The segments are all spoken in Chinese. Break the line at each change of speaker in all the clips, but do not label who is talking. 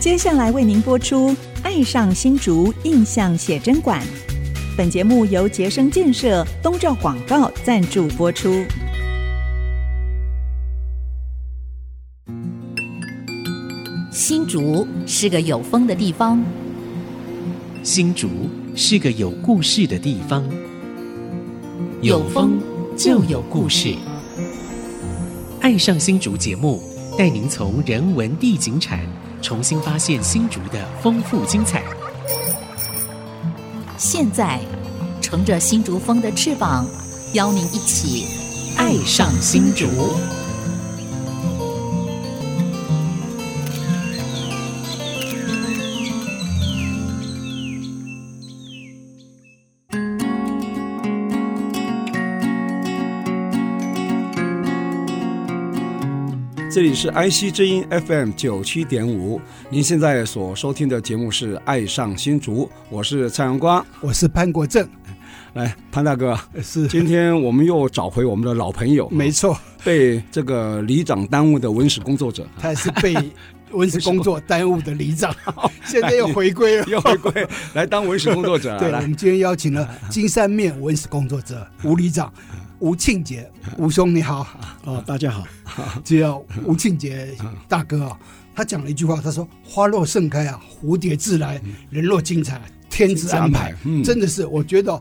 接下来为您播出《爱上新竹印象写真馆》。本节目由杰生建设东照广告赞助播出。
新竹是个有风的地方，
新竹是个有故事的地方，
有风就有故
事。爱上新竹节目带您从人文地景产重新发现新竹的丰富精彩。
现在乘着新竹风的翅膀，邀您一起爱上新竹。
这里是 IC 之音 FM 九七点五，您现在所收听的节目是《爱上新竹》，我是蔡阳光。
我是潘国正，
来，潘大 哥，
呃是
今天我们又找回我们的老朋友，
没错，
被这个里长耽误的文史工作者，
他是被文史工作耽误的里长，现在又回归 了。
又回归来当文史工作 者
对，
了。
我
来，
们今天邀请了金山面文史工作者吴里长、吴庆杰、吴兄，你好。
哦，大家好，
只要吴庆杰大哥
嗯
啊，他讲了一句话，他说：“花落盛开啊，蝴蝶自来，人若精彩，天之安
嗯
排。
天之安排嗯
真的是，我觉得哦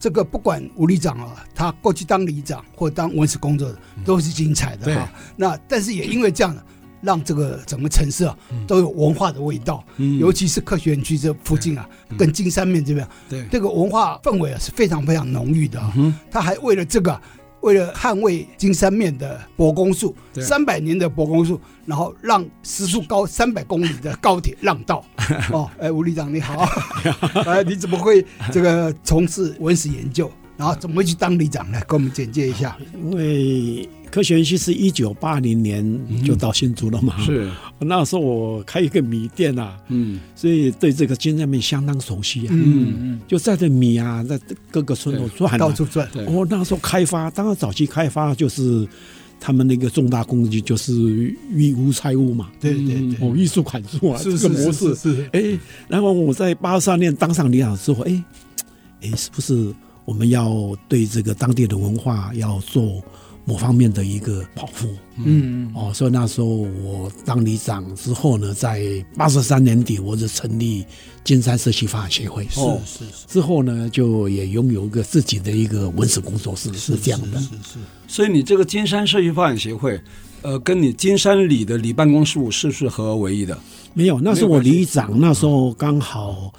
这个不管吴里长啊，他过去当里长或当文史工作者，都是精彩的
嗯对
哈、那但是也因为这样呢。让这个整个城市啊都有文化的味道，
嗯
尤其是科学园区这附近啊，跟金山面这边啊，
对
这个文化氛围啊是非常非常浓郁的、啊。他还为了这个，为了捍卫金山面的博公树，
对
三百年的博公树，然后让时速高三百公里的高铁让道。哦，哎，吴旅长你好，哎，你怎么会这个从事文史研究？然后怎么会去当里长呢？给我们简介一下。
因为科学园区是一九八零年就到新竹了
嗯
嘛，
是，
那时候我开一个米店啊，
嗯
所以对这个金山面相当熟悉啊，
嗯，
嗯
就载着米啊，在各个村落转、啊，
到处转，
对
我那时候开发，当然早期开发就是他们那个重大工具就是预屋拆屋嘛，
对对对，
哦，艺术砍树啊，
是
这
是
个模
是
式
是是，
哎，然后我在八三年当上里长之后，哎，哎，是不是我们要对这个当地的文化要做某方面的一个保护？
嗯，
哦，所以那时候我当里长之后呢，在八十三年底，我就成立金山社区发展协会。哦，
是是
之后呢，就也拥有一个自己的一个文史工作室，是这样的。
是是，
所以你这个金山社区发展协会，呃，跟你金山里的里办公室是不是合而为一的？
没有，那时候我里长，那时
嗯
候刚好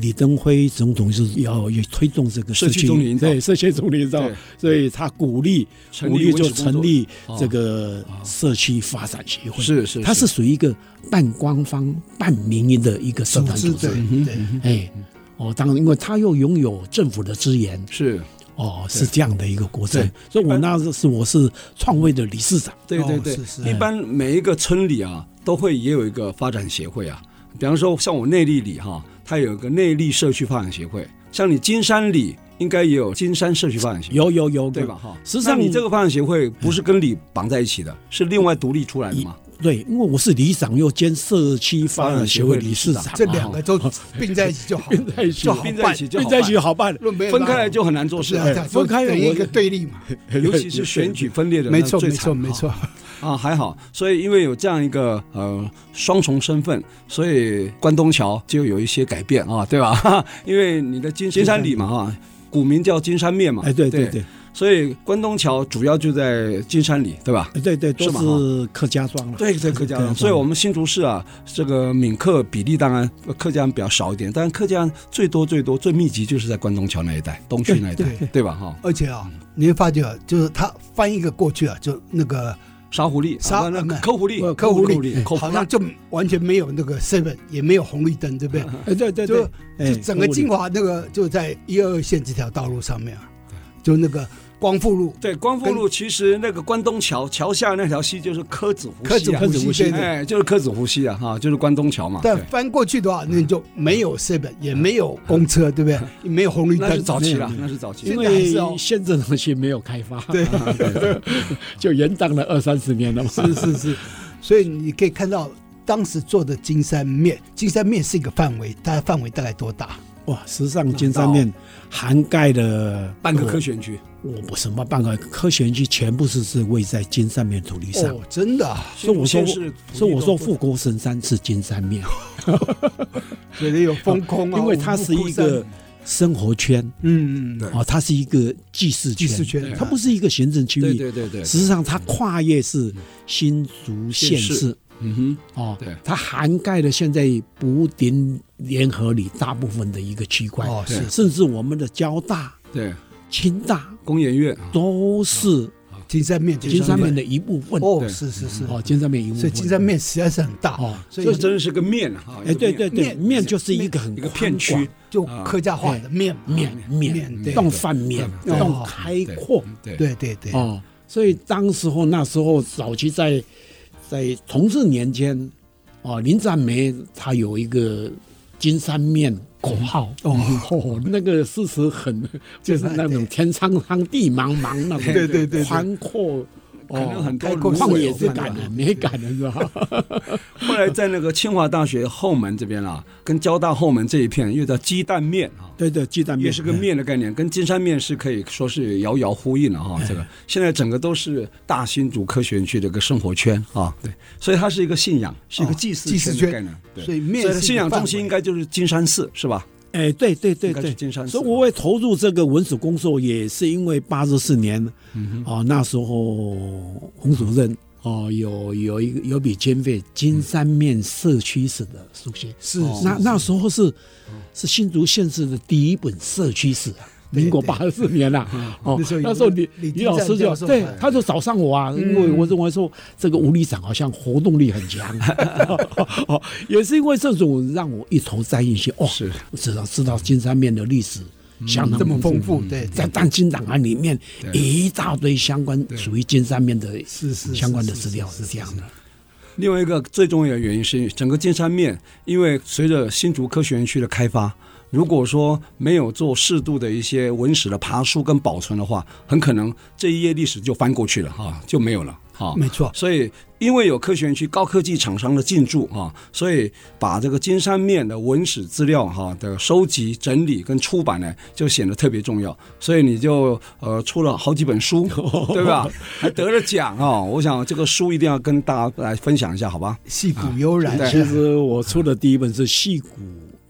李登辉总统是要也推动这个
社区中营造
对社区中营造
对，
所以他鼓励
成立
鼓励
文史
就
工作哦
成立这个社区发展协会，
是是
它
是
是属于一个半官方半民营的一个社
组
团
织
组
对
织，
对，
嗯
哎。哦，当然，因为他又拥有政府的资源，
是，
哦，是这样的一个过程
对，
所以我那时是我是创会的理事长，
对对
哦
对，
是是
一般每一个村里啊，都会也有一个发展协会啊。比方说，像我内力里哈、它有一个内力社区发展协会；像你金山里，应该也有金山社区发展协会，
有有有，
对吧？哈，
实际上
那你这个发展协会不是跟里绑在一起的，是另外独立出来的吗？
对，因为我是里长又兼社区发展协会理事长，
这两个都并在一起就好，
并在一起
就好
并在一
办，
起就
并
好
在
办
一起好办。
论没有
分开
拉
来就很难做
是
事
啊
啊，
这样
分开了
等于
我
一个对立嘛，
尤其是选举分裂的那
没错
最
没
惨
错没错，
啊，还好，所以因为有这样一个呃双重身份，所以关东桥就有一些改变啊，对吧？ 因为你的金金山里嘛啊，古名叫金山面嘛，
哎，对
对
对对，
所以关东桥主要就在金山里，对吧？
哎对对，
是吗
都是客家庄了。
对，对客家人，所以我们新竹市啊，这个闽客比例当然呃客家人比较少一点，但客家人最多最多最密集就是在关东桥那一带、东区那一带，
对对
对吧？哈，
而且
嗯
啊，你会发觉啊就是他翻一个过去啊，就那个
沙狐狸，
沙
啊那
嗯
那抠狐狸，
客户
狐
力哎
狸，抠狐
好
狸
像就完全没有那个 seven，也没有红绿灯，对不对？
哎对对
就
对，哎
就整个精
华
华那个就在一二线这条道路上面啊，就那个光复路
对，光复路其实那个关东桥桥下那条溪就是柯子湖
柯
溪
子
啊，
湖西对对。
哎，就是柯子湖溪啊，哈，就是关东桥嘛。
但
啊对嗯
翻过去的话，那就没有 seven，也没有公车，对不 对？也没有红绿
那
灯
是，早期了
没，有
那是早期
因
现在还是哦
为县政中心没有开发，
对，
就延宕了二三十年了嘛。
是是是，所以你可以看到当时做的金山面，金山面是一个范围，它的范围大概多大？
哇，时尚金山面涵盖了
半个科
我，
学园区，
我不什么半个科学园区全部是是位在金山面土地上。
哦，真的、啊，
所以我说
现在是土地
所以我
都
说富国神山是金山面，
觉得有风空啊，
因为它是一个生活圈
嗯，
对
哦，它是一个祭祀
技
圈，
术圈，
它不是一个行政区
对
域。
对对对，
实际上，它跨越是新竹县
县
市
市嗯
哦
对，
它涵盖了现在补丁联合里大部分的一个区块，
哦是
甚至我们的交大、
哼，对，
清大
工研院啊
都是
金山面，
金山面
的
的一部分。
哦，
对
是是是，
哦，金山面一部分。
所以金山面实在是很大，
哦，
所
这
以
真的是个面啊，
哎，对对
一个面
对，
面
面就是一个很
一个片
宽广
区，
就客家话的面嘛
面面
面，
面
对
当饭面，
对
当开阔
哦对
对对对，
哦。所以当时候那时候早期在在同治年间，哦，林占梅他有一个金山面口号哦， 那个事实很就是那种天苍苍地茫茫那种
对对对
宽阔
可能
哦
很多
开阔
人
旷
旷
会
野
有
之
看
感
到
啊，美感啊，是吧？
后来在那个清华大学后门这边啦，跟交大后门这一片又叫鸡蛋面啊。
对对，鸡蛋面
也是个面的概念，跟金山面是可以说是遥遥呼应的哈。
哎
这个现在整个都是大新竹科学园区的一个生活圈啊，对，所以它是一个信仰，是一个祭祀
哦祭祀
圈的
圈
概念。对
所以面
所以它
是一个
信仰
范
中心
围
应该就是金山寺是吧？
哎，对对对
应该是
对，
金山寺
啊
所以我会投入这个文史工作，也是因为八十四年，啊、
嗯
那时候洪主任哦、有有一个有笔经费，金山面社区史的书写，
是哦
哦那那时候是是新竹县市的第一本社区史啊。
对
民国
对嗯
八十四年啦、哦，
那时候有
那时候李
李
李老师
金山
就
教授嗯
对
哎，
他就找上我啊，因为我认为说这个吴理长好像活动力很 强， 哦，也是因为这种让我一头栽进去，哦，
是
我知道知道金山面的历史相当
嗯这么丰
富。嗯
富，对，
在但金档案里面
对
一大堆相关属于金山面的
是是
相关的资料是这样的，
另外一个最重要的原因是，整个金山面，因为随着新竹科学园区的开发，如果说没有做适度的一些文史的爬树跟保存的话，很可能这一页历史就翻过去了哈、就没有了哈。
没错，
所以，因为有科学园区高科技厂商的进驻啊，所以把这个金山面的文史资料哈、的收集、整理跟出版呢，就显得特别重要。所以你就呃出了好几本书， 对吧？还得了奖啊、我想这个书一定要跟大家来分享一下，好吧？
戏骨悠然
对
其
是
实我出的第一本是《戏骨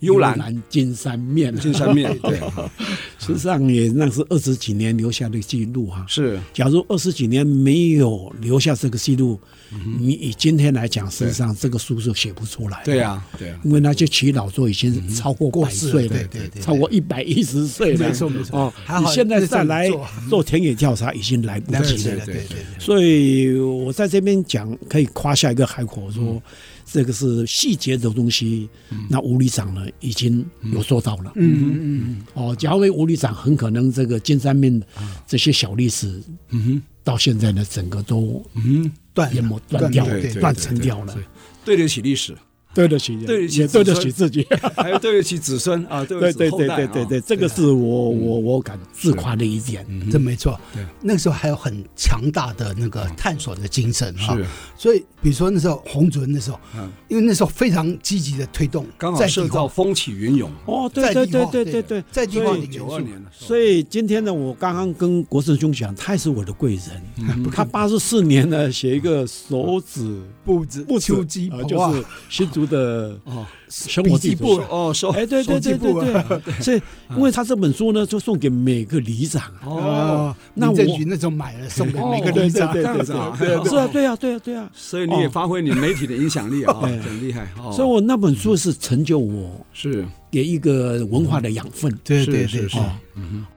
幽兰
金山面》，啊
金山面对
实际上也那是二十几年留下的记录哈、
是
假如二十几年没有留下这个记录，
嗯
你以今天来讲，事实上这个书是写不出来的。
对
啊
呀，对呀，
因为那些耆老都已经超过
嗯过
百
世
岁
了
了，
对对对对
超过一百一十岁了，
没错没错
哦，
还
你
好
现在
那时候
再
有
来
做
做田野调查已经来不
来不
及
及
了
了，。对对对，
所以我在这边讲，可以夸下一个海口说，
嗯
这个是细节的东西。那吴理长呢，已经有做到了。
嗯嗯嗯，啊
哦，假如吴理长很可能这个金山面这些小历史，嗯哼，到现在呢，整个都
嗯，
断
淹没断掉了
对，对
断层掉了
对。对得起历史，
对得起人，
对得起
也
自
对
尊
得起自己。
还有对得起子孙啊，对得
对
起
对
后
对
代啊
对对对，这个是我我我敢自夸的一点。
这没错
对。
那个时候还有很强大的那个探索的精神哈
是，
所以比如说那时候洪主任那时候
嗯，
因为那时候非常积极的推动
刚好
在
社
地
造
化，
风起云涌，
哦，对
在
对
地
对
化
对对对，
在地化的元
九二
素，
年的时候，
所以今天呢，我刚刚跟国胜兄讲，他也是我的贵人。 他八十四年呢，写一个手指
步子
不
秋季
啊，
跑
就
啊
是新竹的
哦
生活地
笔记
图
簿。
哦，说
哎，对对对对 对对，所以因为他这本书呢，就送给每个里长啊。
哦，
哦，
那
那
我
政局那时候买了送给每个里长，
这
对
样
对对
子啊，
对，是啊，对啊，对啊，对啊。
所以你也发挥你媒体的影响力啊，
哎
很厉害哦。
所以我那本书是成就我
是
给一个文化的养分。
对
是
对
是
对
是
对，
哦，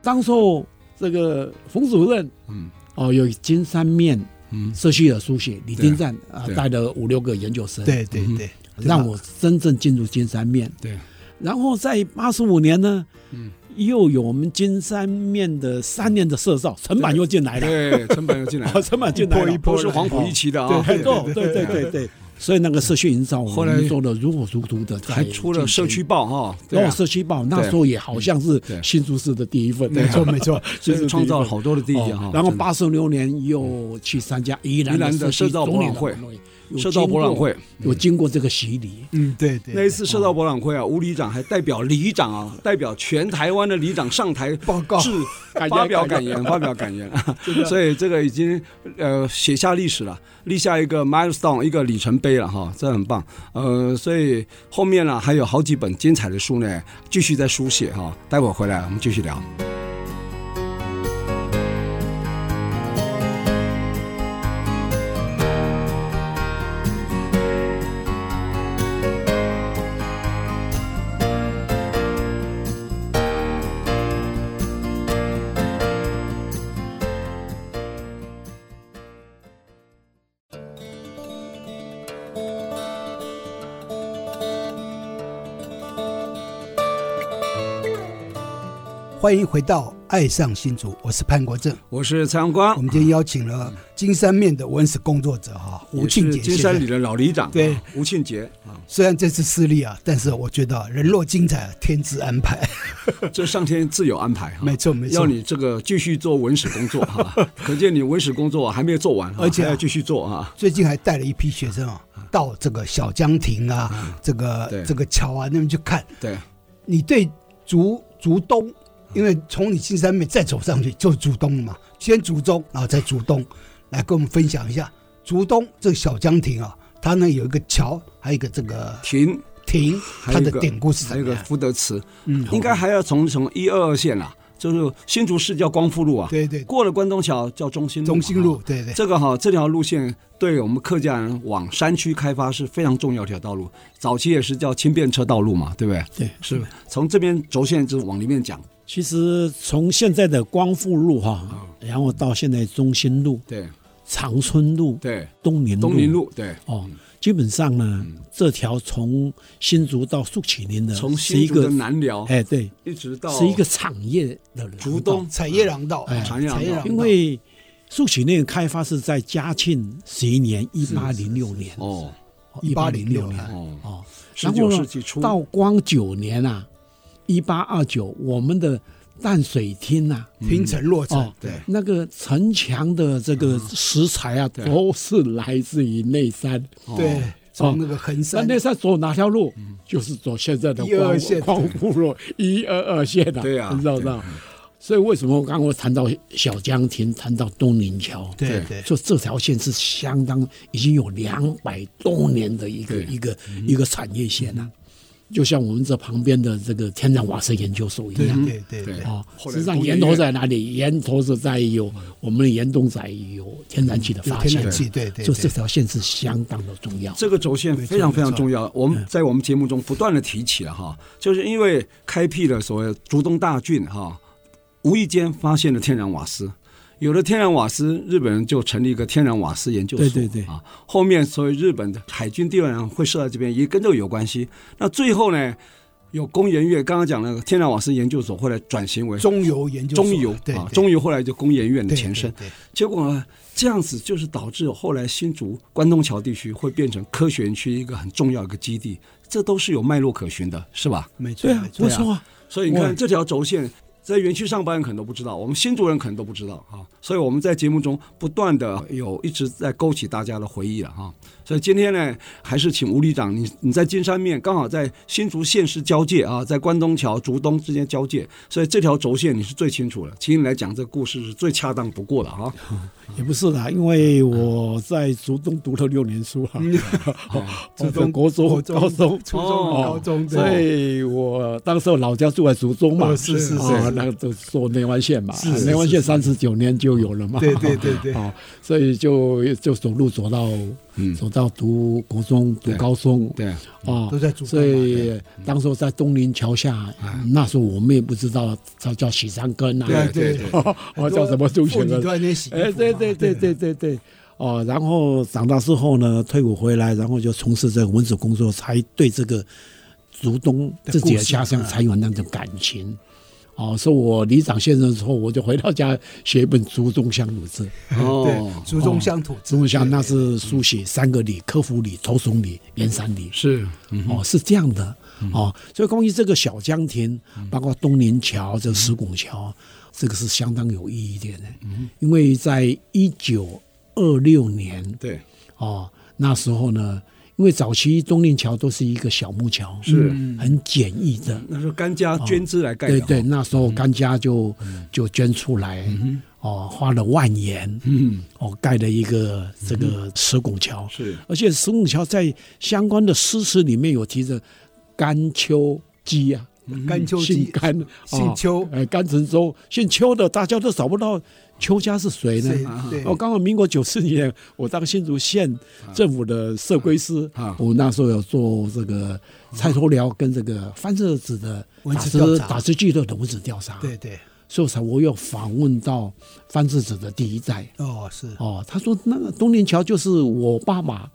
当时候这个冯主任，
嗯，
哦，有金山面
嗯
社区的书写，李
对
丁赞啊
对
带了五六个研究生，，
对对对，
让我真正进入金山面。
对，
然后在八十五年呢，
嗯，
又有我们金山面的三年的社造，陈板又进来了，
对，成本又进来
哎 哦，
了，
陈板进来了，
都是黄埔一期的啊，
哦对对对对对，所以那个社区营造我
后来
们做的如火如荼的，
还出了社区。报哈，对
然
啊
哦后社区报那时候也好像是
对
新竹市的第一份，
没错没错，
所
就是
以创造了
第一份
好多的地界
哦
哈。
然后
真的
八十六年又去参加宜
宜
兰
兰的
社
社造
造博
博
览
览会，
有
社造
经
博览
过
会，
有经过这个洗礼，
嗯，对对，
那一
哦
次社造博览会啊，吴里长还代表里长啊，代表全台湾的里长上台
报告
致
感言
发表感
感言
言，发表感言。 所以这个已经呃写下历史了，立下一个 milestone 一个里程碑了哈，这很棒。呃，所以后面呢、还有好几本精彩的书呢，继续在书写哈。待会儿回来我们继续聊。
欢迎回到《爱上新竹》，我是潘国正。
我是蔡阳光
我，们今天邀请了金山面的文史工作者哈吴
也
庆
是
杰
金
先
山里
生。
的老里长，
对，
吴庆杰啊，
虽然这次失利啊，但是我觉得啊人若精彩，天之安排。
这上天自有安排哈。
没错没错
要你这个继续做文史工作哈， 可见你文史工作还没有做完，哈
而且啊
还要继续做啊。
最近还带了一批学生啊，到这个小江亭啊，这
对
个这个桥啊那边去看。
对，
你对竹竹东，因为从你金山面再走上去就是竹东了嘛，先竹中，然后再竹东，来跟我们分享一下竹东这个小江亭啊，它呢有一个桥，还有一个这个
停，
亭，
还
它
有一
的
个
典故是
还
什
有一
么
个
呀？
福德祠，
嗯
应该还要从从一二二线啦，就是新竹市叫光复路啊，
对对，
过了关东桥叫中心路，
中心路
啊。，
对对，
这个哈，这条路线对我们客家人往山区开发是非常重要的一条道路。早期也是叫轻便车道路嘛，对不对？
对，
是从这边轴线就是往里面讲，
其实从现在的光复路哈、然后到现在中心路、
啊对
长春路、
对，
东宁路、
东林路嗯对，
哦，基本上呢，这条从新竹到树启林的，
从
是
新
一
竹的
个
南寮
哎对，
一直到
是一个产业的
竹
廊道
东，
产业廊道，
哎
产业
产业廊
廊
道
道，
因为树启林的开发是在嘉庆十一年（一八零六年
哦），
一八零六年
1806
哦，
哦，
十
然后
九
呢
世纪初
道光九年啊，一八二九，我们的淡水厅啊，
嗯
平城落成
哦，，
对
那个城墙的这个石材啊，都是来自于内山。
哦
对，从那个横
那
山
内山走哪条路？就是走现在的光
122线
光复路一二二线的，
对啊
你知道不知道？所以为什么我刚刚我谈到小江亭，谈到东宁桥，
对
对
对，
说这条线是相当已经有两百多年的一个
对
一个
嗯
一个产业线了、就像我们这旁边的这个天然瓦斯研究所一
对
样。
对对
嗯对
对，
啊，
后
实
来
际上
工业
源头在哪里？源头是在有我们岩洞仔有天然气的
嗯有
发
天
现，
然气，对对
就这
对，
条线是相当的重要。
这个轴线非常非常重要，我
嗯
们在我们节目中不断的提起了哈，就是因为开辟了所谓竹东大郡哈，无意间发现了天然瓦斯，有了天然瓦斯，日本人就成立一个天然瓦斯研究所，
对对对
啊，后面所以日本的海军地然会设在这边，也跟这个有关系。那最后呢，有工研院刚刚讲了天然瓦斯研究所后来转型为
中油研究所，
中油
对
啊，，
对
中油后来就工研院的
对
前身，
对对
结果呢这样子就是导致后来新竹关东桥地区会变成科学园区一个很重要一个基地，这都是有脉络可循的，是吧？
没错
对啊
没，错
不错啊，
所以你
哇
看这条轴线，在园区上班人可能都不知道，我们新竹人可能都不知道啊。所以我们在节目中不断的有一直在勾起大家的回忆了哈、所以今天呢，还是请吴里长，你你在金山面刚好在新竹县市交界啊，在关东桥、竹东之间交界，所以这条轴线你是最清楚了，请你来讲这个故事是最恰当不过的哈、
也不是啦，因为我在竹东读了六年书 了，
初中
竹东哦国中
嗯国、中
高中，
初中
哦
高中
所
对
以我当时我老家住在竹中嘛，
哦是是是
啊
是
那个都做内湾线嘛，
是
啊
是
内湾线
是
三十九年就有了嘛，
对对对对，
啊，所以就就走路走到
嗯
走到读国中、读
对
高中，
对。
啊，
都在主动
所
嘛嗯
以当时我在东林桥下，那时候我们也不知道叫叫喜山根啊，
对对
对
哦，我叫什么中学
妇女
的
都，在那边洗衣服嘛，
哎，对对对对对对，哦，然后长大之后呢，退伍回来，然后就从事这个文史工作，才对这个竹东
的
自己
故
的
事
家乡
啊
才有那种感情。哦，是我离长先生之后，我就回到家写一本《竹中乡土志》。
对，
哦，
竹中乡土，
竹中乡那是书写三个里：科夫里、头松里、盐山里。
是嗯
哦，是这样的哦，所以关于这个小江亭，
嗯
包括东林桥、这个石拱桥，这个是相当有
嗯
意义的呢，因为在一九二六年
对，
哦，那时候呢，因为早期东令桥都是一个小木桥，
是
很简易的。
那时候甘家捐资来盖的
对
哈，
对，那时候甘家就、就捐出来，哦，花了万元，
嗯，
哦，盖了一个这个石拱桥，
是
而且石拱桥在相关的诗词里面有提着甘丘基啊，
甘丘
姓
鸡
甘，
姓邱
哦，呃，甘承周，姓邱的，大家都找不到邱家是谁呢？
谁对
哦，刚好民国九四年，我当新竹县政府的社规师，
啊
我那时候有做这个菜头寮跟这个翻社子的
文
打
字
字
调查
打字记录的文字调查，
对，对
所以才我有访问到翻社子的第一代。
哦是
哦，他说那个东林桥就是我爸爸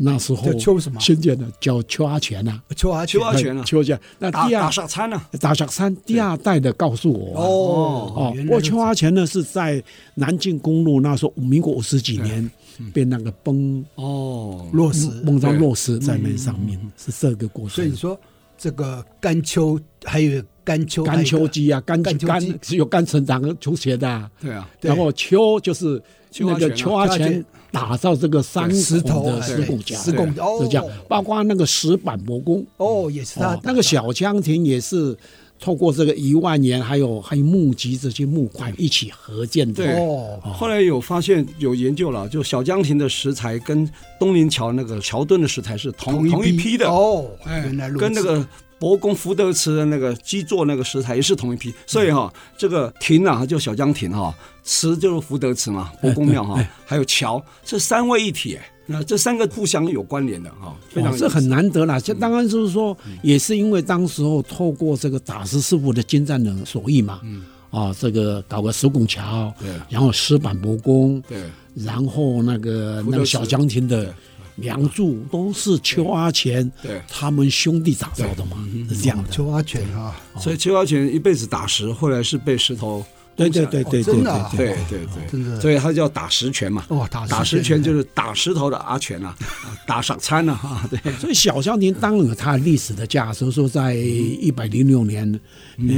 那时候
叫邱什么嗯
新建的，叫邱阿全呐、
邱阿
邱阿
全
全啊
邱家。那
打
第二
打沙餐啊，
打小三第二代的告诉我啊、
哦
哦，
原
不
来
过
如此
邱阿全呢是在南靖公路，那时候民国五十几年
嗯
被那个崩
哦，
落实，
蒙章落实在那上
嗯
面，是这个过
所以
程
你。说这个甘丘还有甘丘
甘丘鸡啊，甘
甘丘
甘
鸡
是有甘成长出钱的啊，
对啊，
对
然后丘就是那个
邱
邱
阿
阿
全啊
全打造这个三
石头
孔的
哎
石
对
拱桥，
石拱哦
就这样，包括那个石板魔宫，
哦也是他
哦，那个小江亭也是透过这个一万年，还有还有募集这些木块一起合建的。
对
哦
后来有发现有研究了，就小江亭的石材跟东林桥那个桥墩的石材是同同一批的，
哦，
哎
原来如此
跟那个博公福德祠的那个基座那个石材也是同一批，所以哈、这个亭啊就小江亭哈、祠就是福德祠嘛，博公庙哈、还有桥，这三位一体，哎那这三个互相有关联的哈、非常
哇，
有
哦这很难得啦！这当然就是说，也是因为当时候透过这个打石师傅的精湛的手艺嘛，嗯，啊，这个搞个石拱桥，
对
然后石板磨工，
对
然后那个
德
那个
祠
小江亭的梁柱都是邱阿钱
对
他们兄弟打造的嘛，是这样的。
邱阿全啊，
哦所以邱小泉一辈子打石，后来是被石头
对对对对对
真
对
的啊
对
对对对，
真的
所以他叫打石拳嘛。
哦打
打石拳就是是打石头的阿拳啊， 啊打赏餐啊， 哈，对，
所以小香亭当然有它的历史的价值，说在一百零六年，呃，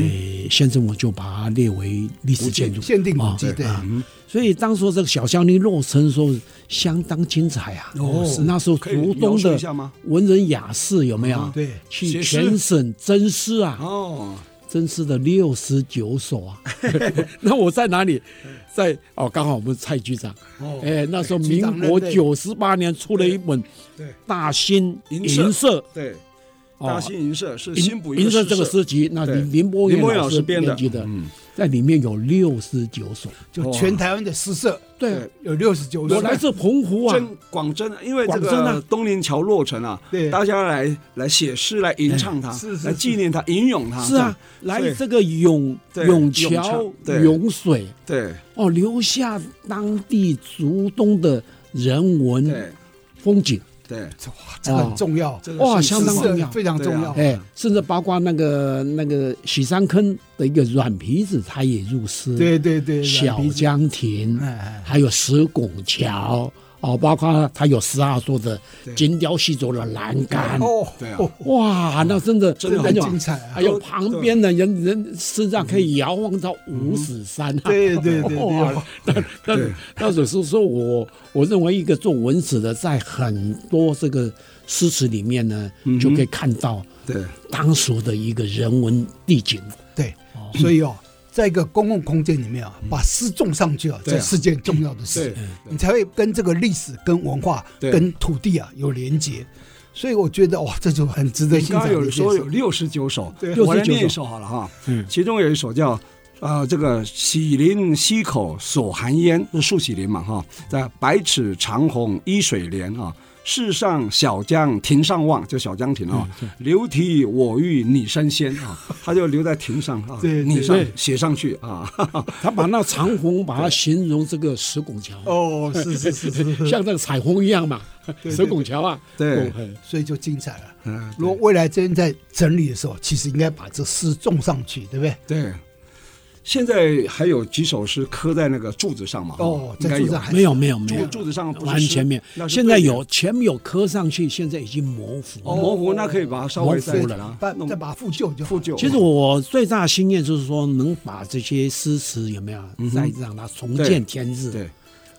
县政府就把它列为历史建筑。
限定古迹
啊
对
所以当时这个小香亭落成的时候相当精彩啊！
哦
是那时候
可以
竹
描
东
述
的
一下吗？啊
文人雅士有没有？
对
去
写诗
全省征诗啊，
哦，
真是的六十九首 啊！ 那我在哪里？在哦，刚好我们蔡局长，
哦
哎，那时候
局
民
长
国
任内
九十八年出了一本《
对对
大兴
银
银社》
对，
哦
大兴银社是新补
银银
社
社这个诗集，那
对
林林波
林波
燕
燕老师编
编
的嗯
辑的，在里面有六十九首。
就
哦
全台湾的诗社
对，
有六十九
我来自澎湖啊，
真广真，因为这
广真
个
啊
东林桥落成啊，
对
大家来来写诗来吟唱
哎
它，
是是
来
是
纪念它，吟咏它，
是啊，
所
来
以
这个涌
对
涌
涌
桥
桥、对
涌水
对
哦，留下当地竹东的人文
对
风景。
对，
这个很重要，哦
这个
哇，
是
相当
是
重要，
非常重要。
哎，甚至包括那个那个许山坑的一个软皮子，它也入诗。
对对对，
小江亭
哎哎，
还有石拱桥，哦，包括它有十二座的精雕细琢的栏杆，
哦，
对啊
哦
哇，那真的
真的
很
很
有
精彩啊
还有旁边的人人身上可以遥望到五指山啊。
对对对哦对
哇，那那那只是说我我认为一个做文史的，在很多这个诗词里面呢，
嗯
就可以看到
对
当时的一个人文地景。
对，所以哦，在一个公共空间里面啊，把诗种上去啊，
对啊
这是件重要的事
对，
你才会跟这个历史、跟文化、
对
跟土地啊有连结。所以我觉得哇，这就很值得
你
欣
刚
赏
刚
的
有
一件事。嗯
说有六十九首，
对
我来
69
念一
首
首好了哈。其中有一首叫呃这个喜林溪口所含烟，是树喜林嘛哈，在百尺长虹依水连啊。世上小江亭上望，就小江亭啊，留题我欲你身先啊，他就留在亭上啊，
对对
你上
对
写上去啊，
他把那长虹，把它形容这个石拱桥，
哦，是是是是，是
像那个彩虹一样嘛，石拱桥啊，
对
拱
所以就精彩了。
嗯，
如果未来真在整理的时候，其实应该把这诗种上去，对不对？
对。现在还有几首诗刻在那个柱子上嘛？哈
哦
应该
在柱
有
子上还
没有没有没
柱
有，
柱子上不是
完
诗
全没
那
有。
是
现在
对联
有前面有刻上去，现在已经模糊
哦，
了。
模糊那可以把它稍微再
模糊
了啊
了
把
弄
再把它复旧就好
复旧。
其实我最大的心愿就是说，能把这些诗词有没有再让它重
嗯对
见天日，
对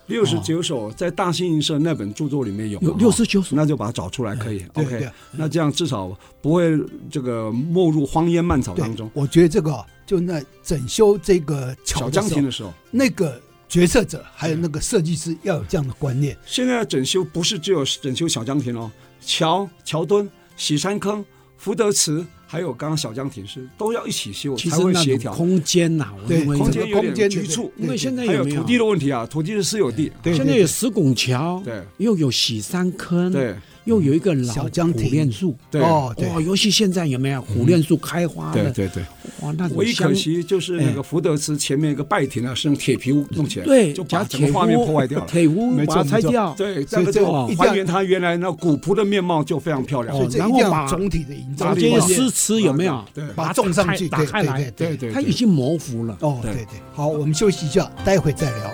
六十九
哦
首在大新银社那本著作里面有嘛
有
哈
69首哎
那就把它找出来可以。
对
OK，
对
那这样至少不会这个没入荒烟蔓草当中。
我觉得这个哦就那整修这个
小
桥的
江
时
亭
候，
的时候，
那个决策者还有那个设计师要有这样的观念。
现在的整修不是只有整修小江亭哦，桥、桥墩、喜山坑、福德祠，还有刚刚小江亭是都要一起修
其
才
实
会
那
协
种
调。
空间呐，我
对
认为
空
这
间
个
有点
空间
局促
对对
因为现在
还有
有没有
土地的问题啊，土地是私有地。
对
现在有石拱桥，
对
又有喜山坑，
对，
又有一个老
小江
苦
亭
楝树，
对
哦，对，
哇，尤其现在有没有苦楝树开花
嗯对
了？
对对，
哇，那种
唯一可
香。
惜就是那个福德祠前面一个拜亭啊，是用铁皮屋弄起来，
对，
就把
假
整
铁
个
屋
画面破坏掉了。
铁屋
没错
把它拆
没错
掉，
对，
所
这
以
个
这
就
个一定要
还原它原来那古朴的面貌，就非常漂亮
所以。这
然
一
后
定要
把
总体的营造
把
哦把
这
力
些
嘛，
诗词有没有？
对
把它
它
种上
开
去，
打
对
开
对
来，
对对。
对
它已经模糊了。
哦，
对
对对，好，我们休息一下，待会再聊。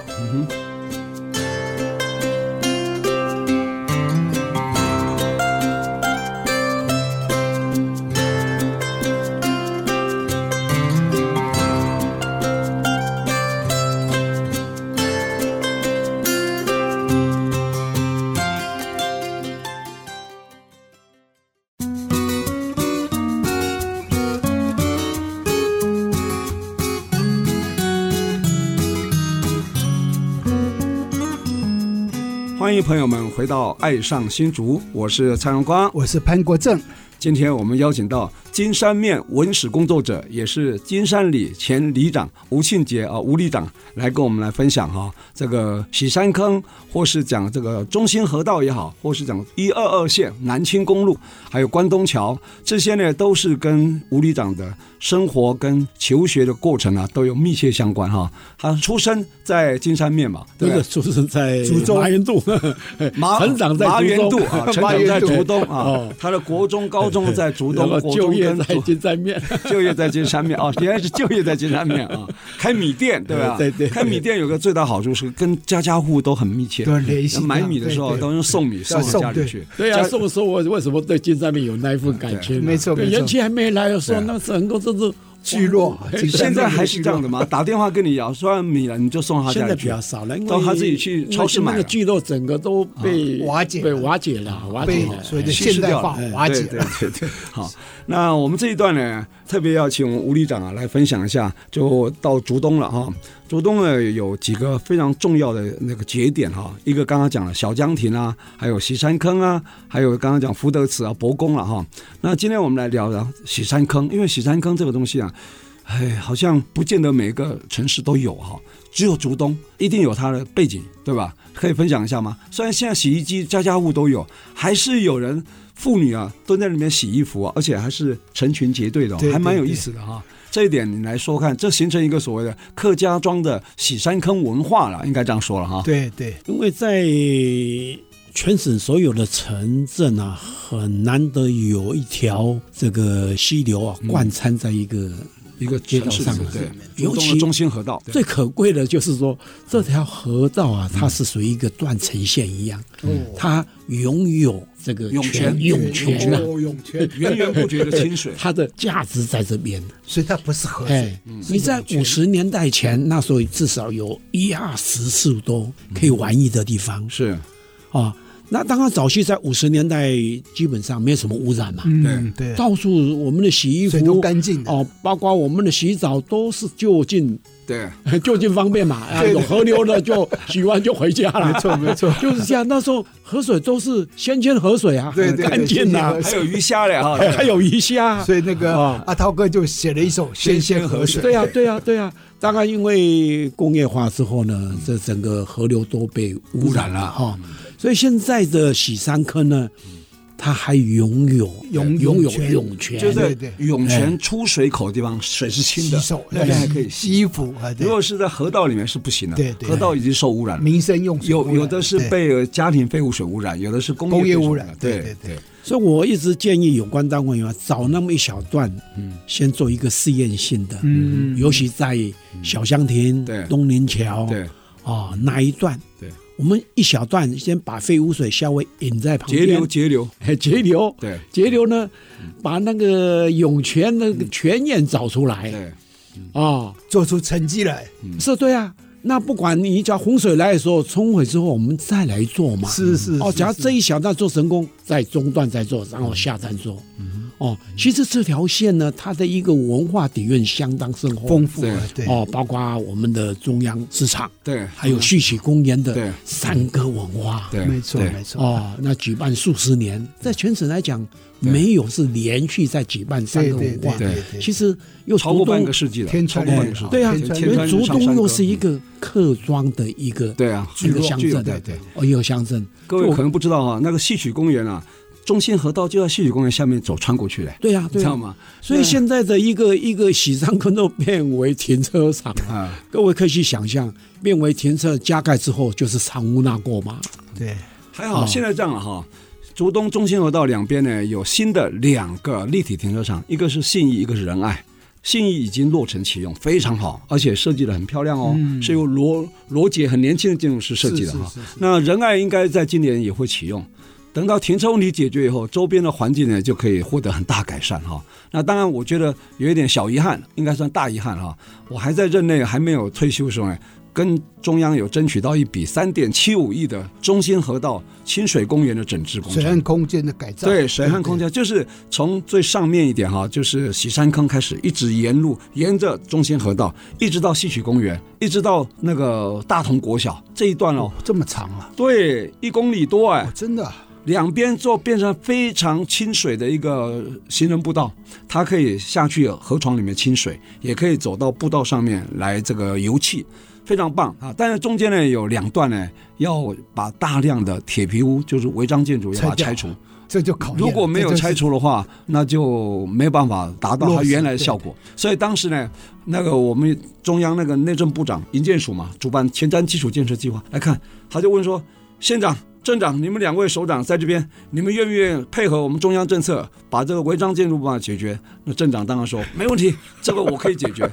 欢迎朋友们回到《爱上新竹》，我是蔡荣光。
我是潘国正，
今天我们邀请到金山面文史工作者，也是金山里前里长吴庆杰啊，吴里长来跟我们来分享哈、这个喜山坑，或是讲这个中心河道也好，或是讲一二二线南清公路，还有关东桥，这些呢都是跟吴里长的生活跟求学的过程啊都有密切相关哈、他出生在金山面嘛，对
这
不
个
对？
就是在
竹州
麻园渡，
麻
成长在
麻园
竹
渡
中
啊，成
麻
长
园
在
渡
竹东啊
哦，
他的国中、高中在竹
然
东
后，
国
就
中
业
跟
在
竹
金山面，
就业在金山面哦，原来是就业在金山面啊， 开米店对吧？
对对对
开米店有个最大好处是跟家家户户都很密切，
对联系
买米的时候
对对
都用送米送到
送
家里
对
去，
对啊，
家
所以说我为什么对金山面有那一份感情？
对没错
对
没错
人气还没来的时候，
对啊
那整个这是
聚落
哎
金山
现
面
在还是这样的吗？打电话跟你要，说完米了你就送到他
现
家
在
里
比
去
较。少了，因
都
为
他自己去超市买啊
那
了
个聚落整个都被
啊瓦解
被
了
瓦解了，瓦解
被
了。
所谓的
哎
稀释
现代
掉
化
了哎
瓦解
对对对对，好。那我们这一段呢，特别要请我们吴里长啊来分享一下，就到竹东了哈。竹东呢有几个非常重要的那个节点哈，一个刚刚讲了小江亭啊，还有喜山坑啊，还有刚刚讲福德祠啊、博公了、哈。那今天我们来聊聊喜山坑，因为喜山坑这个东西啊，哎，好像不见得每个城市都有哈，只有竹东一定有它的背景，对吧？可以分享一下吗？虽然现在洗衣机家家户都有，还是有人妇女啊蹲在里面洗衣服啊，而且还是成群结队的、哦
对，对
还蛮有意思的哈、这一点你来说看，这形成一个所谓的客家庄的洗山坑文化了，应该这样说了哈。
对对，
因为在全省所有的城镇啊，很难得有一条这个溪流啊贯穿在一个
嗯一个
街道
城市
上
里
啊
面对，竹
尤
东
其
的中心河道，
最可贵的就是说，这条河道啊，它是属于一个断层线一样，它拥有这个
嗯哦涌泉
涌泉啊，，
哦涌泉，
源源不绝的清水嗯
它的价值在这边。
所以它不是河水
哎，，你在五十年代前，那时候至少有一二十处都可以玩一的地方
是
啊。那当然，早期在五十年代基本上没什么污染嘛，
嗯对，
到处我们的洗衣服
水都干净的
哦，包括我们的洗澡都是就近
对。
就近方便嘛，啊，
对
有
对
河流了就洗完就回家了，
没错没错
就是这样。那时候河水都是先天河水啊，
对
很
对对
干净啊
还
先天河，
有鱼虾嘞哈，
还还有鱼虾，
所以那个
哦
啊
阿涛哥就写了一首《仙仙河水》，
对呀、对呀、对呀、大概因为工业化之后呢，这整个河流都被污染了
嗯
哈、所以现在的喜山坑呢，它还拥有呃
涌
拥有
泉
涌泉，
就在
对对
涌泉出水口的地方，水是清
洗
的
手，，
那边还可以
洗
洗。
衣服啊，对
如，果是在河道里面是不行的，
对对
河道已经受污染了。
民生用水污
有
染
有的是
对
被家庭废物水污染，有的是工业
工业
废水
污染对
对
对对
所以我一直建议有关单位啊，找那么一小段，
嗯
先做一个试验性的，
嗯
尤其在小香亭、
对
东林桥，
对
哦那一段，
对，
我们一小段先把废污水稍微引在旁边，
节流节流，
哎节流，
对
节流呢，把那个涌泉那个泉眼找出来
对
啊，
做出成绩来，
嗯
是对啊。那不管你只要洪水来的时候冲毁之后，我们再来做嘛。
是是
哦，
是
假如
是
这一小段做神功，再中断再做，然后下站做。
嗯
哦，其实这条线呢，它的一个文化底蕴相当深厚，
丰富了，啊对，
哦，包括我们的中央市场，
对，
还有戏曲公园
对
的山歌文化，
对，
没错
对
没错，
哦，那举办数十年，在全省来讲，没有是连续在举办山
对
歌
对
文
对
化。
对对，
其实又
超过
竹东
半个世纪了，
天
超
川
过半个世纪，
对啊，
天川
因为
山
竹
上
东
山
又
歌
是一个客庄的一个
对啊，
一个乡
具有
镇，
对对，
哦，一个乡镇，
各位
就
可能不知道啊，那个戏曲公园啊，中心河道就在戏曲公园下面走穿过去的，
对呀，
你
对
知道
呀。
吗？
所以现在的一个一个喜山坑都变为停车场了，
啊，
各位可以去想象，变为停车加盖之后就是藏污纳垢嘛。
对
还
哦
好现在这样了哈。竹东中心河道两边呢有新的两个立体停车场，一个是信义，一个是仁爱。信义已经落成启用，非常好，而且设计的很漂亮哦，是由罗罗杰很年轻的建筑师设计的哈。
嗯是是是
那仁爱应该在今年也会启用。等到停车问题解决以后，周边的环境呢就可以获得很大改善哈。那当然，我觉得有一点小遗憾，应该算大遗憾哈。我还在任内还没有退休的时候呢，跟中央有争取到一笔三点七五亿的中心河道清水公园的整治工
水
程
岸。空间的改造，
对，水旱空
间
间就是从最上面一点哈，就是喜山坑开始，一直沿路沿着中心河道，一直到戏曲公园，一直到那个大同国小这一段哦，
这么长啊，
对，一公里多哎
哦，真的啊
两边做变成非常清水的一个行人步道，它可以下去河床里面清水，也可以走到步道上面来这个游憩，非常棒啊！但是中间呢有两段呢要把大量的铁皮屋，就是违章建筑要把它拆除，
这就考验
如果没有拆，除的话，那就没办法达到它
落实
原来的效果。所以当时呢，那个我们中央那个内政部长营建署嘛，主办前瞻基础建设计划来看，他就问说：“县长、镇长，你们两位首长在这边，你们愿不愿意配合我们中央政策，把这个违章建筑办法解决？”那镇长当然说：“没问 题，这个我可以解决。”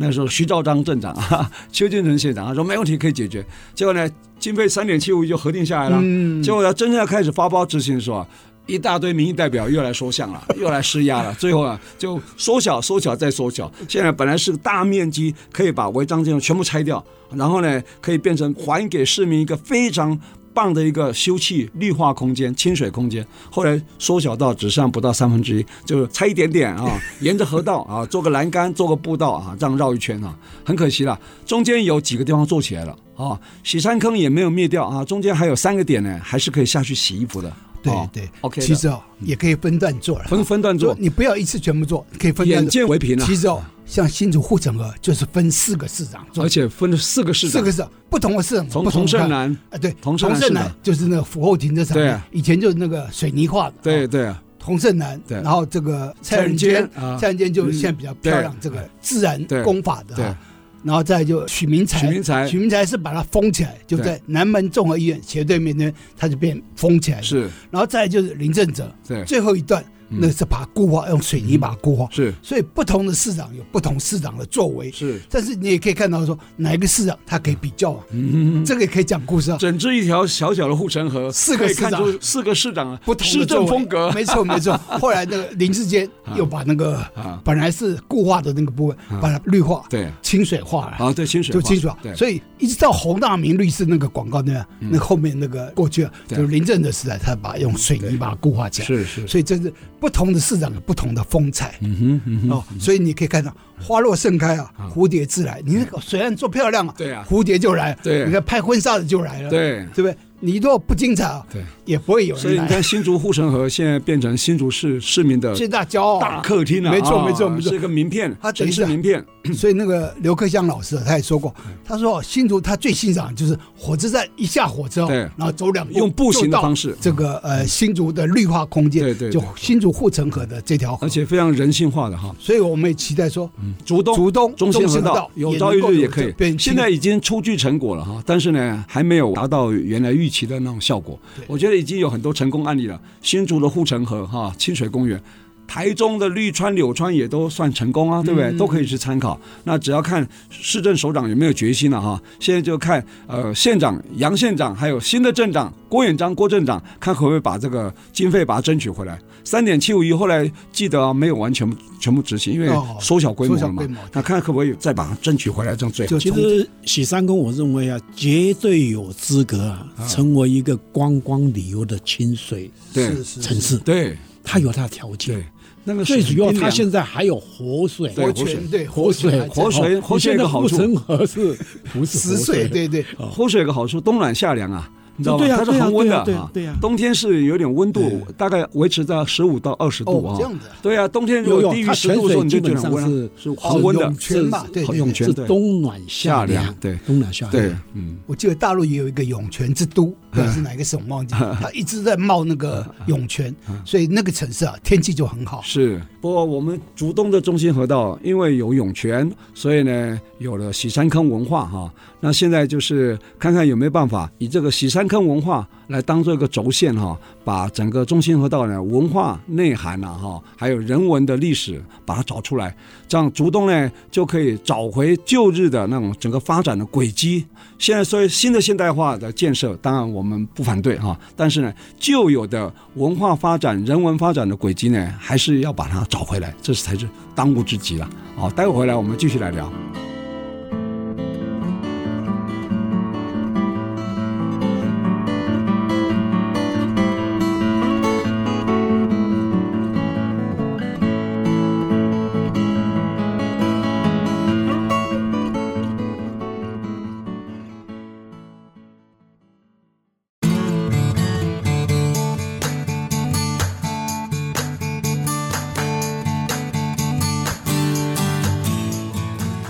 那时候徐兆章镇长啊，邱建成县长，他说没问题可以解决。结果呢，经费三点七五亿就核定下来了。
嗯
结果呢，真正要开始发包执行的时候啊，一大堆民意代表又来说项了，又来施压了，最后啊就缩小、缩小再缩小。现在本来是个大面积，可以把违章建筑全部拆掉，然后呢可以变成还给市民一个非常。棒的一个休憩绿化空间、清水空间，后来缩小到只剩不到三分之一，就是拆一点点啊，沿着河道啊做个栏杆、做个步道啊，这样绕一圈啊，很可惜了。中间有几个地方做起来了啊，洗山坑也没有灭掉啊，中间还有三个点呢，还是可以下去洗衣服的。
对
哦
对
，OK 的
其实哦也可以分段做了，
分分段
就
做，
你不要一次全部做，你可以分段
眼
做。
见为凭啊。
其实哦，像新竹护城河就是分四个市长做
而，且分了四个市
四
长，
个市长不同的市长，
从
不
同
同的
盛
看
南，
啊，对，
同盛南
盛
市
南
长
就是那个府后停车场，
对，啊
以前就是那个水泥化的，
对
啊，
对
同盛南，
对
然后这个蔡
仁
仁
坚
坚，
啊
蔡仁坚就
嗯
现在比较漂亮，这个自然
对
工法的，
对
哈，然后再就许明才，
许明才
许明才是把它封起来，就
对
在南门综合医院斜对面那边，它就变封起来，，
是，
然后再就是林正哲，
对
最后一段
嗯
那是把它固化，用水泥把它固化，
是
所以不同的市长有不同市长的作为，
是，
但是你也可以看到说哪一个市长他可以比较啊，
嗯，
这个也可以讲故事啊。
整治一条小小的护城河，
四个
可以
市长
看出四个市长啊
不同的
市
作
政
为
风格
没错 没错。后来那个林志坚又把那个
啊，
本来是固化的那个部分，把它绿化、
对
清水化了。
啊，对清水
就
化
清楚啊，
对，嗯
所以一直到洪大明律师那个广告那样，那后面那个过去啊，
对
就是林郑的时代，他把用水泥把它固化起来，
是是，
所以真是不同的市长有不同的风采。
嗯哼嗯哼
哦，所以你可以看到花落盛开啊，蝴蝶自来。你那个水岸做漂亮啊，
对啊
蝴蝶就来。
对
你看拍婚纱的就来了，，
对
对不对？你如果不精彩啊，
对，
也不会有
所以
人
你
来。
看新竹护城河现在变成新竹市市民的
最大骄傲啊
大客厅了，
没错
啊
没错没错
是一个名片
它，等于
城
是啊
市名片，
所以那个刘克襄老师啊他也说过，
嗯
他说新竹他最欣赏就是火车站一下火车哦，
对
然后走两步
用步行的
就到
方式嗯
这个呃新竹的绿化空间，
对对对
就新竹护城河的这条河
而。且嗯非常人性化的哈。
所以我们也期待说，
竹东
竹东
中心
中
河
心河
道
道
有
也
朝一
能够
日也
有
可
这
以
变。
现在已经出具成果了哈，但是呢，还没有达到原来预期的那种效果
对。
我觉得已经有很多成功案例了，新竹的护城河哈、清水公园。台中的绿川、柳川也都算成功啊，对
嗯
不对？都可以去参考。那只要看市政首长有没有决心了、哈。现在就看呃县长杨县长，还有新的镇长郭远章郭镇长，看可不可以把这个经费把它争取回来。三点七五亿后来记得、啊、没有完全全部执行，因为
哦
缩小规模了嘛。
缩小规模
那看看可不可以再把它争取回来，这样最好。
就
其
从
实许三公，我认为啊，绝对有资格啊，成为一个观光旅游的清水
对
是是
城市，
对
它有它的条件
对。，那个
最
水
主要，
冰
它
凉
现在还有活水，
对
活
活水
泉对
活水，
活水
哦
活水
你现在
有个好
护
处
城河是不是
死
活
水？对对
活水有个好处，冬暖夏凉啊，你知道吗？
对啊
它是
对啊
恒温的
对啊
啊
对啊对啊
冬天是有点温度，大概维持在十五到二十度
哦
啊。
这样子啊
对啊，冬天如
有
果
有
低，于
它
十
泉
度的时候，
水
你
基
就觉
本
得很
上
温啊
是
是恒温的
涌。泉嘛
是
对对对
涌泉
是
对
冬暖夏
夏
凉
凉，对
冬暖夏
对
凉。，
嗯，
我记得大陆也有一个涌泉之都，
嗯
不知道是哪一个省忘记了，它一直在冒那个涌泉，
嗯
所以那个城市啊，天气就很好。
是。不过我们竹东的中心河道，因为有涌泉，所以呢有了洗山坑文化哈、那现在就是看看有没有办法以这个洗山坑文化来当做一个轴线哈、把整个中心河道呢文化内涵啊哈，还有人文的历史把它找出来，这样竹东呢就可以找回旧日的那种整个发展的轨迹。现在所以新的现代化的建设，当然我们不反对哈、但是呢，旧有的文化发展、人文发展的轨迹呢，还是要把它找回来，这才是当务之急了。好，待会回来我们继续来聊。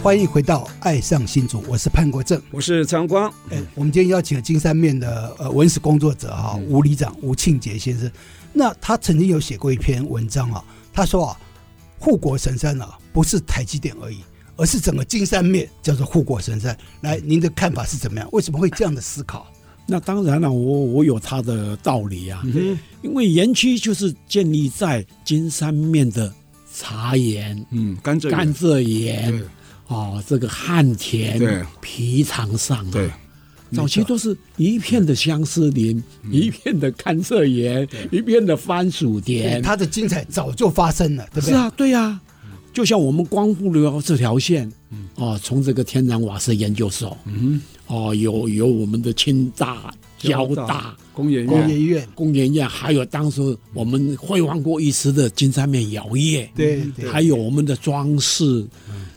欢迎回到《爱上新竹》，我是潘国正。
我是蔡阳光，
嗯
哎，我们今天邀请了金山面的呃文史工作者哈、
嗯
吴里长吴庆杰先生。那他曾经有写过一篇文章啊，他说啊，护国神山啊，不是台积电而已，而是整个金山面叫做护国神山。来，您的看法是怎么样？为什么会这样的思考？
那当然了，我我有它的道理啊，
嗯
因为园区就是建立在金山面的茶园、
嗯，甘蔗
甘
园，
蔗园
对、
哦，这个旱
对
田、皮场上啊，
对，
早期都是一片的相思林，
嗯
一片的甘蔗园，一片的番薯田。
哎他的精彩早就发生了，对不
嗯是
对？
啊，对啊，就像我们光复流这条线，哦，从这个天然瓦斯研究所，
嗯，
哦，有有我们的清大、交大、
工业
工
园，
业院，
工研院，还有当时我们辉煌过一时的金山面窑业，
对对，
还有我们的装饰、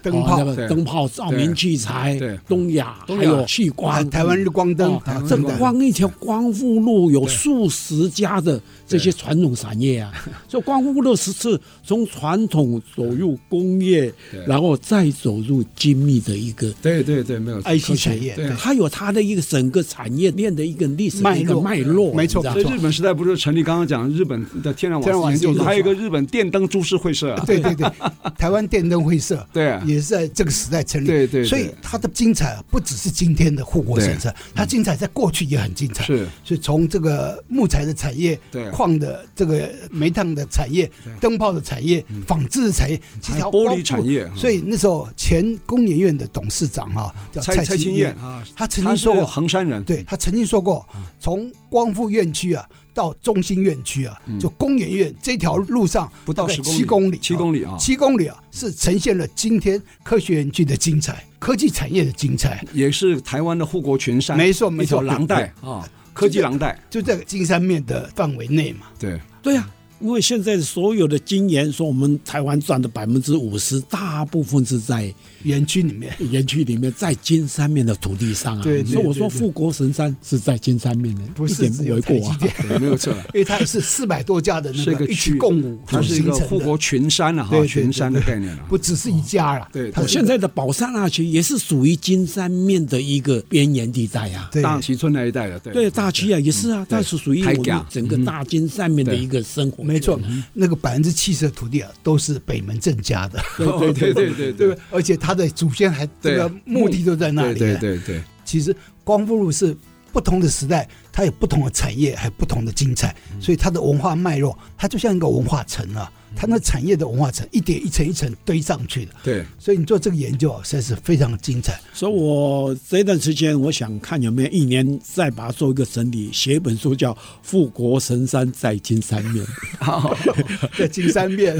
灯
哦
泡
那。
对
个灯泡、照明器材
对对、
东亚，
东
还
亚
有气
啊
光、，
台湾日光灯
哦，
啊
这
等等
光一条光复路有数十家的这些传统产业啊，所以光复路是是从传统走入工业
对，
然后再走入精密的一个。
对对对，没有
哎
错。
，IC 产业，
对
对
它有它的一个整个产业链的一个历史的一个
脉
脉
络
络，
没错
你知道
所以日本时代不是成立刚刚讲日本的天然
天然
瓦斯
瓦
研
斯
究所，
研究
还有一
所
个日本电灯株式会社啊，
对对对，台湾电灯会社，
对啊
也是在这个时代成立，
对对对
所以它的精彩啊不只是今天的护国神山，它精彩在过去也很精彩，
是
所以从这个木材的产业
对、
矿的这个煤炭的产业、灯泡的产业、纺织的产业，其
嗯还
实
有
它包
玻璃
括
产业嗯
所以那时候前工研院的董事长哈叫
蔡蔡
清
清燕，啊，
他曾
他
经
是
说过，
衡山人，
对他曾经说过，
嗯
从光复院区啊到中心院区啊，就工研院这条路上
嗯不到
大概
10
七
公
公
里
里，
7公里啊
七公里啊，是呈现了今天科学园区的精彩，科技产业的精彩，
也是台湾的护国群山，
没错没错
一条廊带啊，科技廊带，
就在金山面的范围内嘛。
对，
对呀、因为现在所有的精研说我们台湾占的百分之五十，大部分是在
园区里面，
园区里面，在金山面的土地上啊。
对对
所以我
对
说
对
富国神山是在金山面的，
不
一
是
点
只
不
有
为
台
过
积
啊。
电，
对没有错。
因为它也是四百多家的
是
那
一个
个一
区
起共舞，
它是一个
组成的
护国群山了、啊、哈，
对对
群山的概念了、
不只是一家啊，
对
它
对
是
哦现在的宝山那区也是属于金山面的一个边缘地带啊。
对
大旗村那一带的，对
对，大区啊也是
嗯
啊，它是属于
台
我们
甲
整个大金山面的一个生活。
没
嗯
错，那个百分之七十的土地啊，都是北门郑家的。
对哦对对对
对不对？而且他的祖先还这
对
个墓地都在那里。啊
对对，对对，
其实光复路是不同的时代，它有不同的产业，还有不同的精彩，
嗯
所以它的文化脉络，它就像一个文化层啊，它那产业的文化层一点一层一层堆上去的。
对，
所以你做这个研究啊，实在是非常精彩。
所以我这段时间，我想看有没有一年再把它做一个整理，写一本书叫《富国神山在金山面》。
好， 在金山面，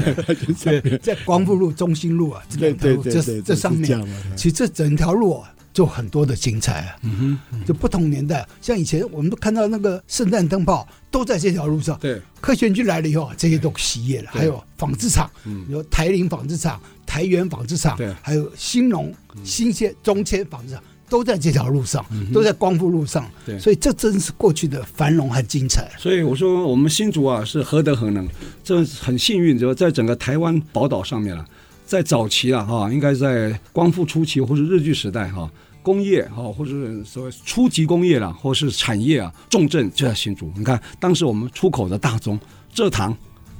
对，在光复路、中心路啊，这两条路，
对对对
这
对
这
是
上
这
面
样的，
其实这整条路啊，就很多的精彩啊。嗯哼，就不同年代，像以前我们都看到那个圣诞灯泡都在这条路上。
对，
科学园区来了以后啊，这些都熄业了，还有纺织厂，有台林纺织厂、台原纺织厂
对，
还有兴隆、新鲜、中迁纺织厂。都在这条路上，都在光复路上，
对
所以这真是过去的繁荣和精彩。
所以我说我们新竹啊是何德何能，这很幸运，就在整个台湾宝岛上面了、啊在早期啊哈，应该在光复初期或是日据时代哈、工业哈、或是所谓初级工业啦，或是产业啊，重镇就在新竹。你看，当时我们出口的大宗蔗糖，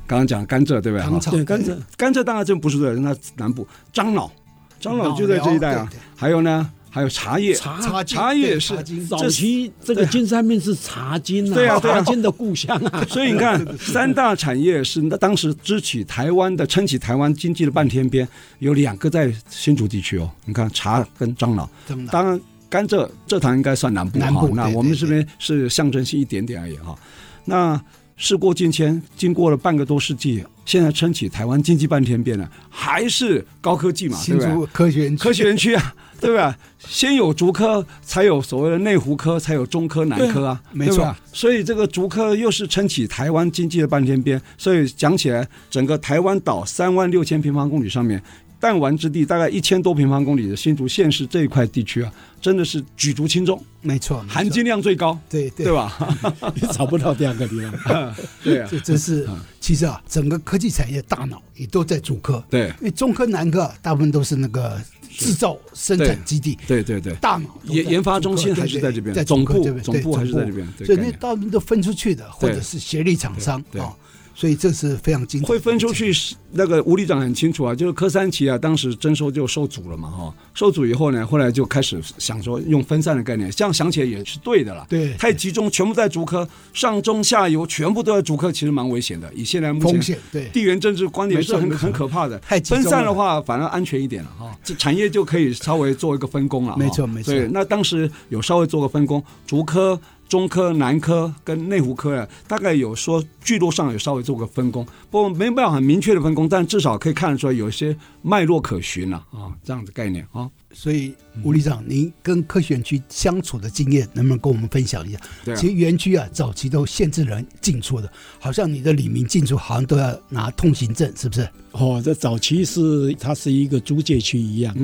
刚刚讲甘蔗对不对？
糖厂
对，刚才
甘蔗当然真不是对，那南部樟脑，樟脑就在这一带
哦
啊
对对。
还有呢，还有茶叶，
茶
茶
茶啊叶
对
是
茶经
早期这个金山面是茶金啊，
对啊对啊
茶金的故乡 啊。
所以你看，三大产业是那当时支起台湾的，撑起台湾经济的半天边，有两个在新竹地区哦。你看茶跟樟脑，
怎么了
当然甘蔗蔗糖应该算南部
南
哈
部，
那
对
我们
对
这边是象征性一点点而已哈。那事过境迁，经过了半个多世纪，现在撑起台湾经济半天边了，还是高科技嘛，对
新
不对？
竹科学园区
科学园区啊，对吧？先有竹科，才有所谓的内湖科，才有中科、南科啊，
对没错
对吧。所以这个竹科又是撑起台湾经济的半天边。所以讲起来，整个台湾岛三万六千平方公里上面，弹丸之地大概一千多平方公里的新竹县市这一块地区啊，真的是举足轻重，
没错，没错
含金量最高，
对对
对吧？
你找不到第二个地方。
对啊
这，真是其实啊，整个科技产业大脑也都在主科，
对
因为中科、南科啊大部分都是那个制造生产基地，
对对对。
大脑都在
研研发中心
主科
还是
对
在
对
这边
在
总
科
部
这边
总
对
部还是在这边对
所以
概
那
念
大部分都分出去的，或者是协力厂商
对对
啊，所以这是非常精彩的
会分出去是那个吴理长很清楚啊，就是柯三奇啊，当时征收就受阻了嘛，哈、受阻以后呢，后来就开始想说用分散的概念，这样想起来也是对的啦。
对
太集中，全部在竹科，上中下游全部都在竹科，其实蛮危险的。以现在目前
风险对
地缘政治观点是很
没错没错
很可怕的，
太集中了
分散的话反而安全一点了哈、这产业就可以稍微做一个分工了哈、
哦
哦
没错没错
对，那当时有稍微做个分工，竹科、中科、南科跟内湖科啊，大概有说聚落上有稍微做个分工，不过没办法很明确的分工，但至少可以看得出来有一些脉络可循了啊这样的概念啊。
所以吴理事长，您跟科学园区相处的经验，能不能跟我们分享一下？
对啊
其实园区啊，早期都限制人进出的，好像你的李明进出好像都要拿通行证，是不是？
哦，这早期是它是一个租界区一样，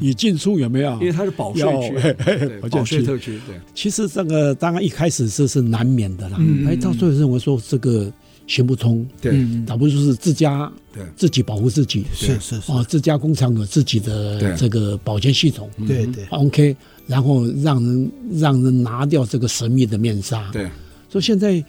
你进出有没有
嗯因？为它是保税区，啊
要
对
保
保
税
税
区
特区，对
其实这个当然一开始是是难免的啦，哎，到最后认为说这个行不通，
嗯
嗯
对
倒不如是自家
对
自己保护自己，
是是是，
哦，自家工厂有自己
对
的这个保健系统
嗯
对对
，OK，然后让人让人拿掉这个神秘的面纱，
对
所以现在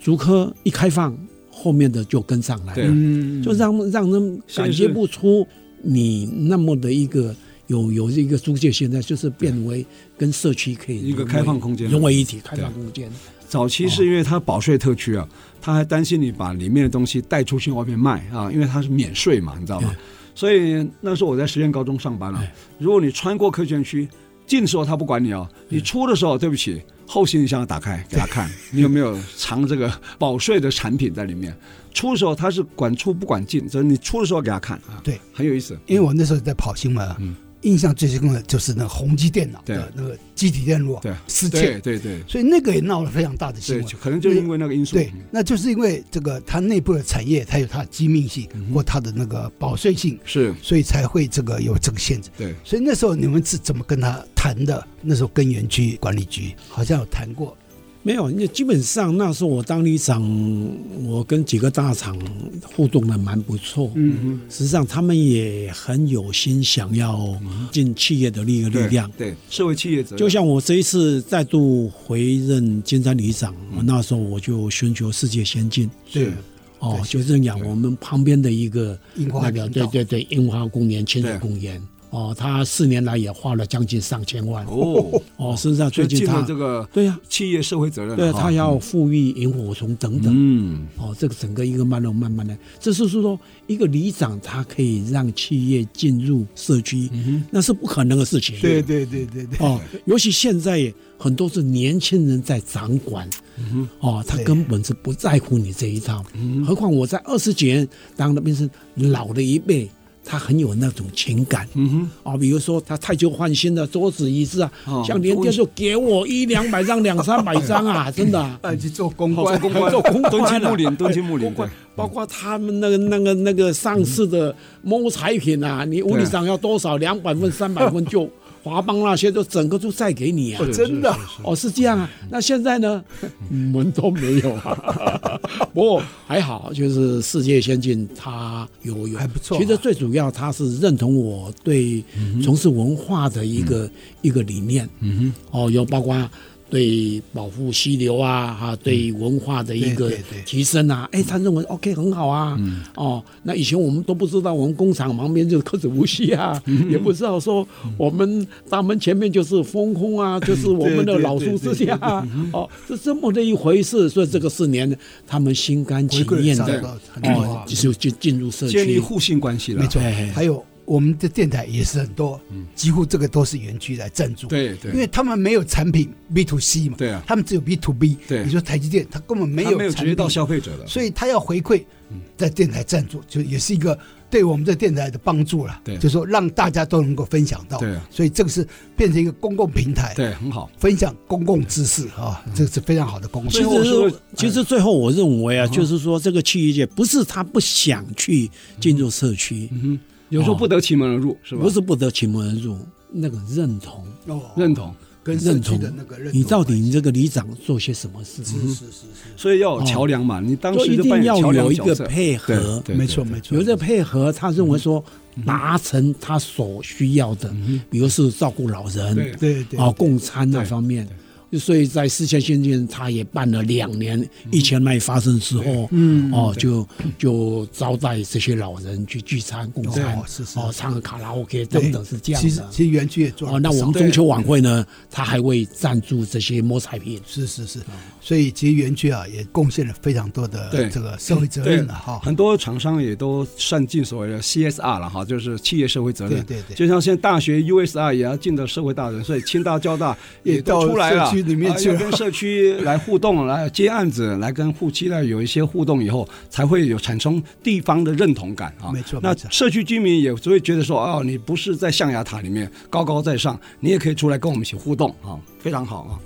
竹科一开放，后面的就跟上来
对
了，
嗯
就让让人
是
感觉不出你那么的一个有有一个租界，现在就是变为跟社区可以
一个
融为
开放空间
融为一体，开放空间。
早期是因为它保税特区啊，他还担心你把里面的东西带出去外面卖啊，因为它是免税嘛，你知道吗？所以那时候我在实验高中上班了、啊如果你穿过科学园区，进的时候他不管你哦，你出的时候，对不起，后行李箱打开给他看，你有没有藏这个保税的产品在里面？出的时候他是管出不管进，就是你出的时候给他看啊，
对，
很有意思。
因为我那时候在跑新闻啊，印象最深刻的就是那个宏基电脑的
嗯对
那个机体电路啊
对，
失
对
窃，
对对
所以那个也闹了非常大的新
对，
闻。
就可能就是因为那个因素，
对，那就是因为这个它内部的产业，它有它的机密性
嗯
或它的那个保税性，
是，
所以才会这个有这个限制。
对。
所以那时候你们是怎么跟他谈的？那时候跟园区管理局好像有谈过，
没有，那基本上那时候我当里长，我跟几个大厂互动的蛮不错。
嗯，
实际上他们也很有心想要
嗯
尽企业的那个力
对
量。
对，社会企业责任，
就像我这一次再度回任金山里长，我那时候我就寻求世界先进。
对
是，
哦，就认养我们旁边的一个
樱花
那个
园
对
道
对对，樱花公园、清水
对
公园，哦，他四年来也花了将近上千万
哦，
哦，身上
所
最
以
近
进
他
了这个
对呀
企业社会责任，
对啊，
哈
他要富裕萤火虫等等，
嗯
哦，这个整个一个慢慢慢慢的，这是说一个里长他可以让企业进入社区，那是不可能的事情。
对对对对对，
哦，尤其现在很多是年轻人在掌管，
嗯
哦，他
对
根本是不在乎你这一套。何况我在二十几年当了变成老的一辈，他很有那种情感。
嗯
啊，比如说他太久换新的桌子椅子啊，
哦
像连电就给我一两百张、两三百 张啊，真的啊、
那去做公
哼，哦好，做
关，
公关，
做公关啊
敦亲睦邻，
了
敦亲睦
包
邻，对
嗯
括，包括他们那个那个那个上市的某产品啊，你物理上要多少两百份、三百份就华邦那些都整个都再给你啊
哦。 真的
哦，是这样啊。
嗯
那现 在呢，门都没有啊。不过还好，就是世界先进，它有有
还不错啊嗯
其实最主要，它是认同我对从事文化的一个、一个理念。嗯哼，哦，有包括。对保护溪流啊，哈、对文化的一
嗯
个
对对对嗯
提升啊，哎，他认为 OK 很好啊，哦，那以前我们都不知道，我们工厂旁边就是科子无锡啊，
嗯
也不知道说我们大门前面就是风 空啊，就是我们的老树之家啊，哦，是这么的一回事，所以这个四年他们心甘情愿
回
的
馈了很多
哦，就进进入社
建立
区，
互信关系了，
没错
哎。
还有我们的电台也是很多，几乎这个都是园区来赞
嗯
助。
对对
因为他们没有产品 B to C 嘛，
对啊
他们只有 B to B。
对
你说台积电，它根本没
他
有
没有
产
直接
品
到消费者的，
所以他要回馈
嗯
在电台赞助，就也是一个对我们这电台的帮助了。
对
就说让大家都能够分享到。
对啊
所以这个是变成一个公共平台，
对，很好。
分享公共知识啊，这个是非常好的公共
其
知
最后
识。
是不
实
是，
其实最后我认为啊，就是说这个企业界不是他不想去进入社区，
有时候不得其门而入，是吧？
不是不得其门而入，那个认同。
哦
认同，
跟社
认
区
同
的那个认同，
你到底你这个里长做些什么事？
是是是是，
所以要有桥梁嘛。你当
就
时
一
就
定
扮演
要
桥梁
有一
角
个
色
配
哦对
合，
对
没错
对
没错，
有这配合，他
嗯
认为说达成他所需要的，比如是照顾老人
对，
对对
啊，供餐那
对
方面。所以在世界先进，他也办了两
嗯
年疫情那发生之后，嗯，哦，就就招待这些老人去聚餐、共餐
哦是，是
哦，唱卡拉 OK
对
等等，是这样
其实
的。
其实园区也做了
哦，那
不
我们
少
中秋晚会呢，他还会赞助这些摸彩品，
是是是，所以其实园区啊也贡献了非常多的
对
这个社会责
对
任了啊哈。
很多厂商也都善尽所谓的 CSR 了哈，就是企业社会责任。
对对对
就像现在大学 USR 也要尽到社会大人，所以清大、交大也都出来了，
也到社区里面
啊
去了
要跟社区来互 动，来接案子，来跟户期呢有一些互动以后，才会有产生地方的认同感啊。
没错
那
没错
社区居民也就会觉得说，哦，你不是在象牙塔里面高高在上，你也可以出来跟我们一起互动啊，非常好啊。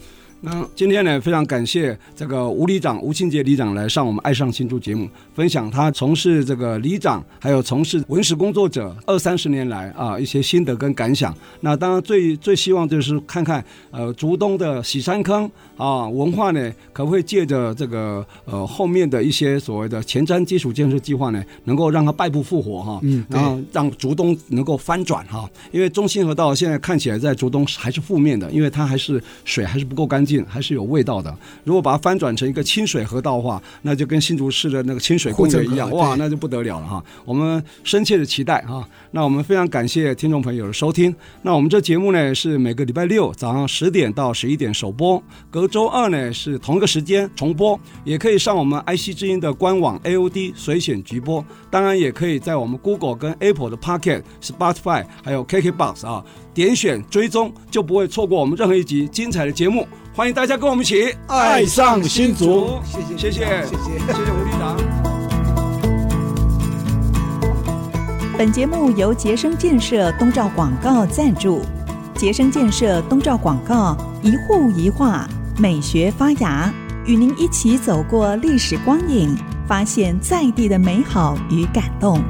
那今天呢，非常感谢这个吴里长吴清杰里长来上我们《爱上新竹》节目，分享他从事这个里长，还有从事文史工作者二三十年来啊一些心得跟感想。那当然最最希望就是看看呃竹东的喜山坑啊文化呢，可不可以借着这个呃后面的一些所谓的前瞻基础建设计划呢，能够让它败不复活哈、嗯，然后让竹东能够翻转哈、因为中心河道现在看起来在竹东还是负面的，因为它还是水还是不够干净，还是有味道的。如果把它翻转成一个清水河道的话，那就跟新竹市的那个清水公园一样，
护城河
哇，
对
那就不得了了哈！我们深切的期待哈。那我们非常感谢听众朋友的收听。那我们这节目呢是每个礼拜六早上十点到十一点首播，隔周二呢是同一个时间重播，也可以上我们 IC 之音的官网 AOD 随选直播，当然也可以在我们 Google 跟 Apple 的 Pocket、Spotify 还有 KKBox 啊点选追踪，就不会错过我们任何一集精彩的节目。欢迎大家跟我们一起
爱上新竹
谢谢，谢谢
谢谢
谢谢吴立长。
本节目由杰生建设东照广告赞助。杰生建设东照广告，一户一画，美学发芽，与您一起走过历史光影，发现在地的美好与感动。